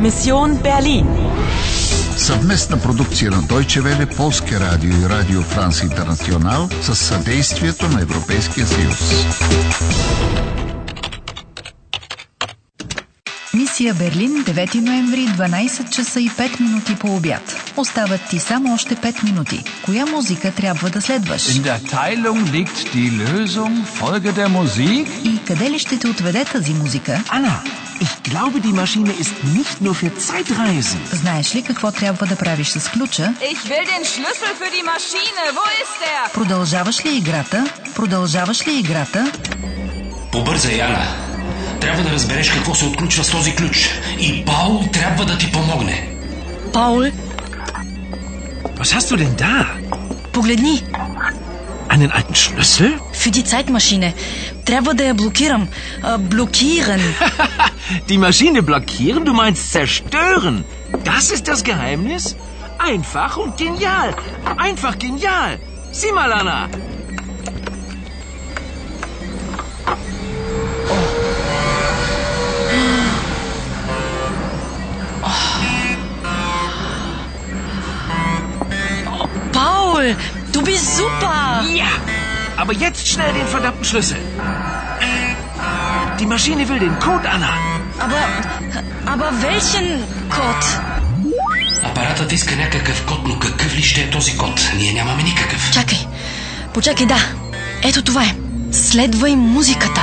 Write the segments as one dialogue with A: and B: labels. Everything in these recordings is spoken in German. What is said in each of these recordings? A: Mission Berlin.
B: Съвместна продукция на Deutsche Welle, Полския радио и Радио Франс Интернационал с съдействието на Европейския съюз.
C: Мисия Берлин, 9 ноември, 12 часа и 5 минути по обяд. Остават ти само още 5 минути. Коя музика трябва да следваш?
D: In der Teilung liegt die Lösung. Folge der Musik.
C: И къде ли ще те отведе тази музика?
E: Anna, ich glaube, die Maschine ist nicht nur für Zeitreisen.
C: Знаеш ли какво трябва да правиш с ключа?
F: Ich will den Schlüssel für die Maschine. Wo ist er?
C: Продължаваш ли играта? Продължаваш ли играта?
G: Побързай, Яна. Трябва да разбереш какво се отключва с този ключ. И Паул трябва да ти помогне.
H: Paul,
E: Was hast du denn da?
H: погледни.
E: Einen alten Schlüssel?
H: Für die Zeitmaschine. Трябва да я блокирам. А, Блокиран.
E: Die Maschine blockieren? Du meinst zerstören? Das ist das Geheimnis? Einfach und genial. Einfach genial. Sieh mal, Anna.
H: Paul, du bist super.
E: Ja. Aber jetzt schnell den verdammten Schlüssel. Die Maschine will den Code, Anna.
H: Aber, aber welchen Code?
G: Апаратът иска някакъв код, но какъв ли ще е този код? Ние нямаме никакъв.
H: Чакай. Почакай, да. Ето това е. Следвай музиката.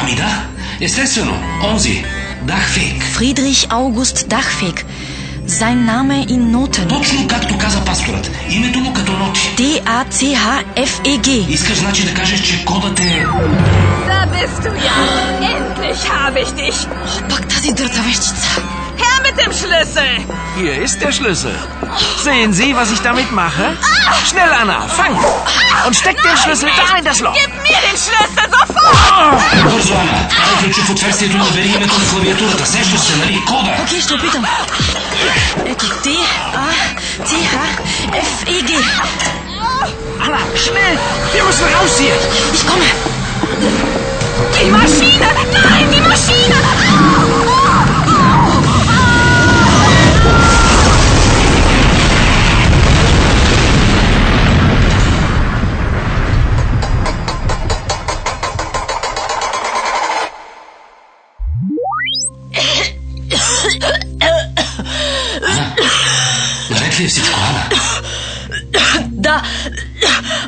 G: Ами да, естествено. Онзи. Дахфейк.
H: Friedrich August Dachweg. Sein Name in Noten.
G: Точно както каза пасторът. Името му като ноти.
H: D-A-C-H-F-E-G.
G: Искаш значи да кажеш, че кодът е...
F: Da bist du ja. Endlich habe ich dich.
H: Пак тази дъртавещица.
F: Her mit dem Schlüssel.
E: Hier ist der Schlüssel. Sehen Sie, was ich damit mache? Schnell, Anna, fang! Und steck den Schlüssel da in das Loch.
F: Gib mir den Schlüssel sofort.
G: Бързо, Ана! Трябва ключ в отверстието на веригането на клавиатурата. Сещаш се, нали? Кода!
H: Окей, ще опитам. Ето, D-A-C-H-F-E-G.
E: Anna, schnell! Wir müssen raus hier!
H: Ich komme.
F: Die Maschine. Nein, die Maschine.
G: Наред ли е всичко, Ана?
H: Да,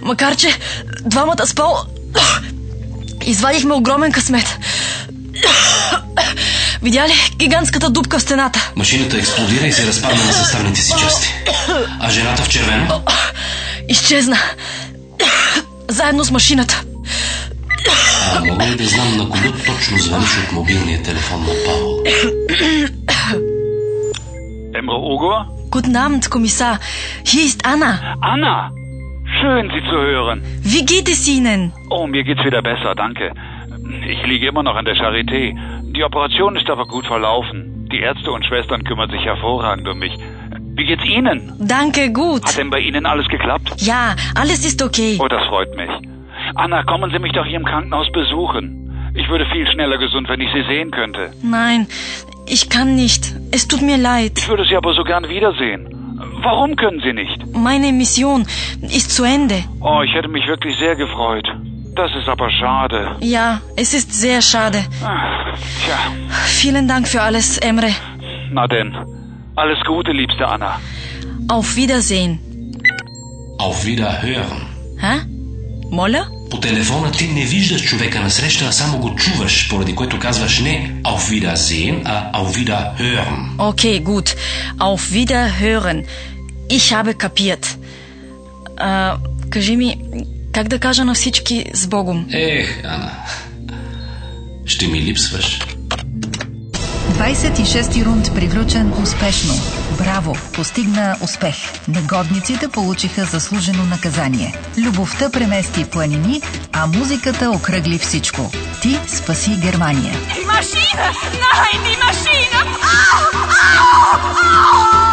H: макар че двамата с Пол извадихме огромен късмет. Видя ли гигантската дупка в стената?
G: Машината експлодира и се разпадна на съставните си части. А жената в червено?
H: Изчезна. Заедно с машината.
G: А мога ли да знам на кого точно звъниш от мобилния телефон на Павел?
I: Emre Ogur?
H: Guten Abend, Kommissar. Hier ist Anna.
I: Anna! Schön, Sie zu hören.
H: Wie geht es Ihnen?
I: Oh, mir geht's wieder besser, danke. Ich liege immer noch an der Charité. Die Operation ist aber gut verlaufen. Die Ärzte und Schwestern kümmern sich hervorragend um mich. Wie geht's Ihnen?
H: Danke,
I: Hat
H: gut.
I: denn bei Ihnen alles geklappt?
H: Ja, alles ist okay.
I: Oh, das freut mich. Anna, kommen Sie mich doch hier im Krankenhaus besuchen. Ich würde viel schneller gesund, wenn ich Sie sehen könnte.
H: Nein, ich kann nicht. Es tut mir leid.
I: Ich würde Sie aber so gern wiedersehen. Warum können Sie nicht?
H: Meine Mission ist zu Ende.
I: Oh, ich hätte mich wirklich sehr gefreut. Das ist aber schade.
H: Ja, es ist sehr schade.
I: Ah, Tja,
H: Vielen Dank für alles, Emre.
I: na denn. Alles Gute, liebste Anna.
H: Auf Wiedersehen.
G: Auf Wiederhören.
H: Ха? Моля?
G: По телефона ти не виждаш човека на среща, а само го чуваш, поради което казваш не Auf Wiedersehen, а Auf Wiederhören.
H: Okay, gut. Auf Wiederhören. Ich habe kapiert. А, кажи ми, как да кажа на всички с Богом?
G: Ех, Ана, ще ми липсваш.
C: 26-ти рунд приключен успешно. Браво! Постигна успех. Негодниците получиха заслужено наказание. Любовта премести планини, а музиката окръгли всичко. Ти спаси Германия.
F: Ah! Die Maschine. Nein, die Maschine. Au, au, au.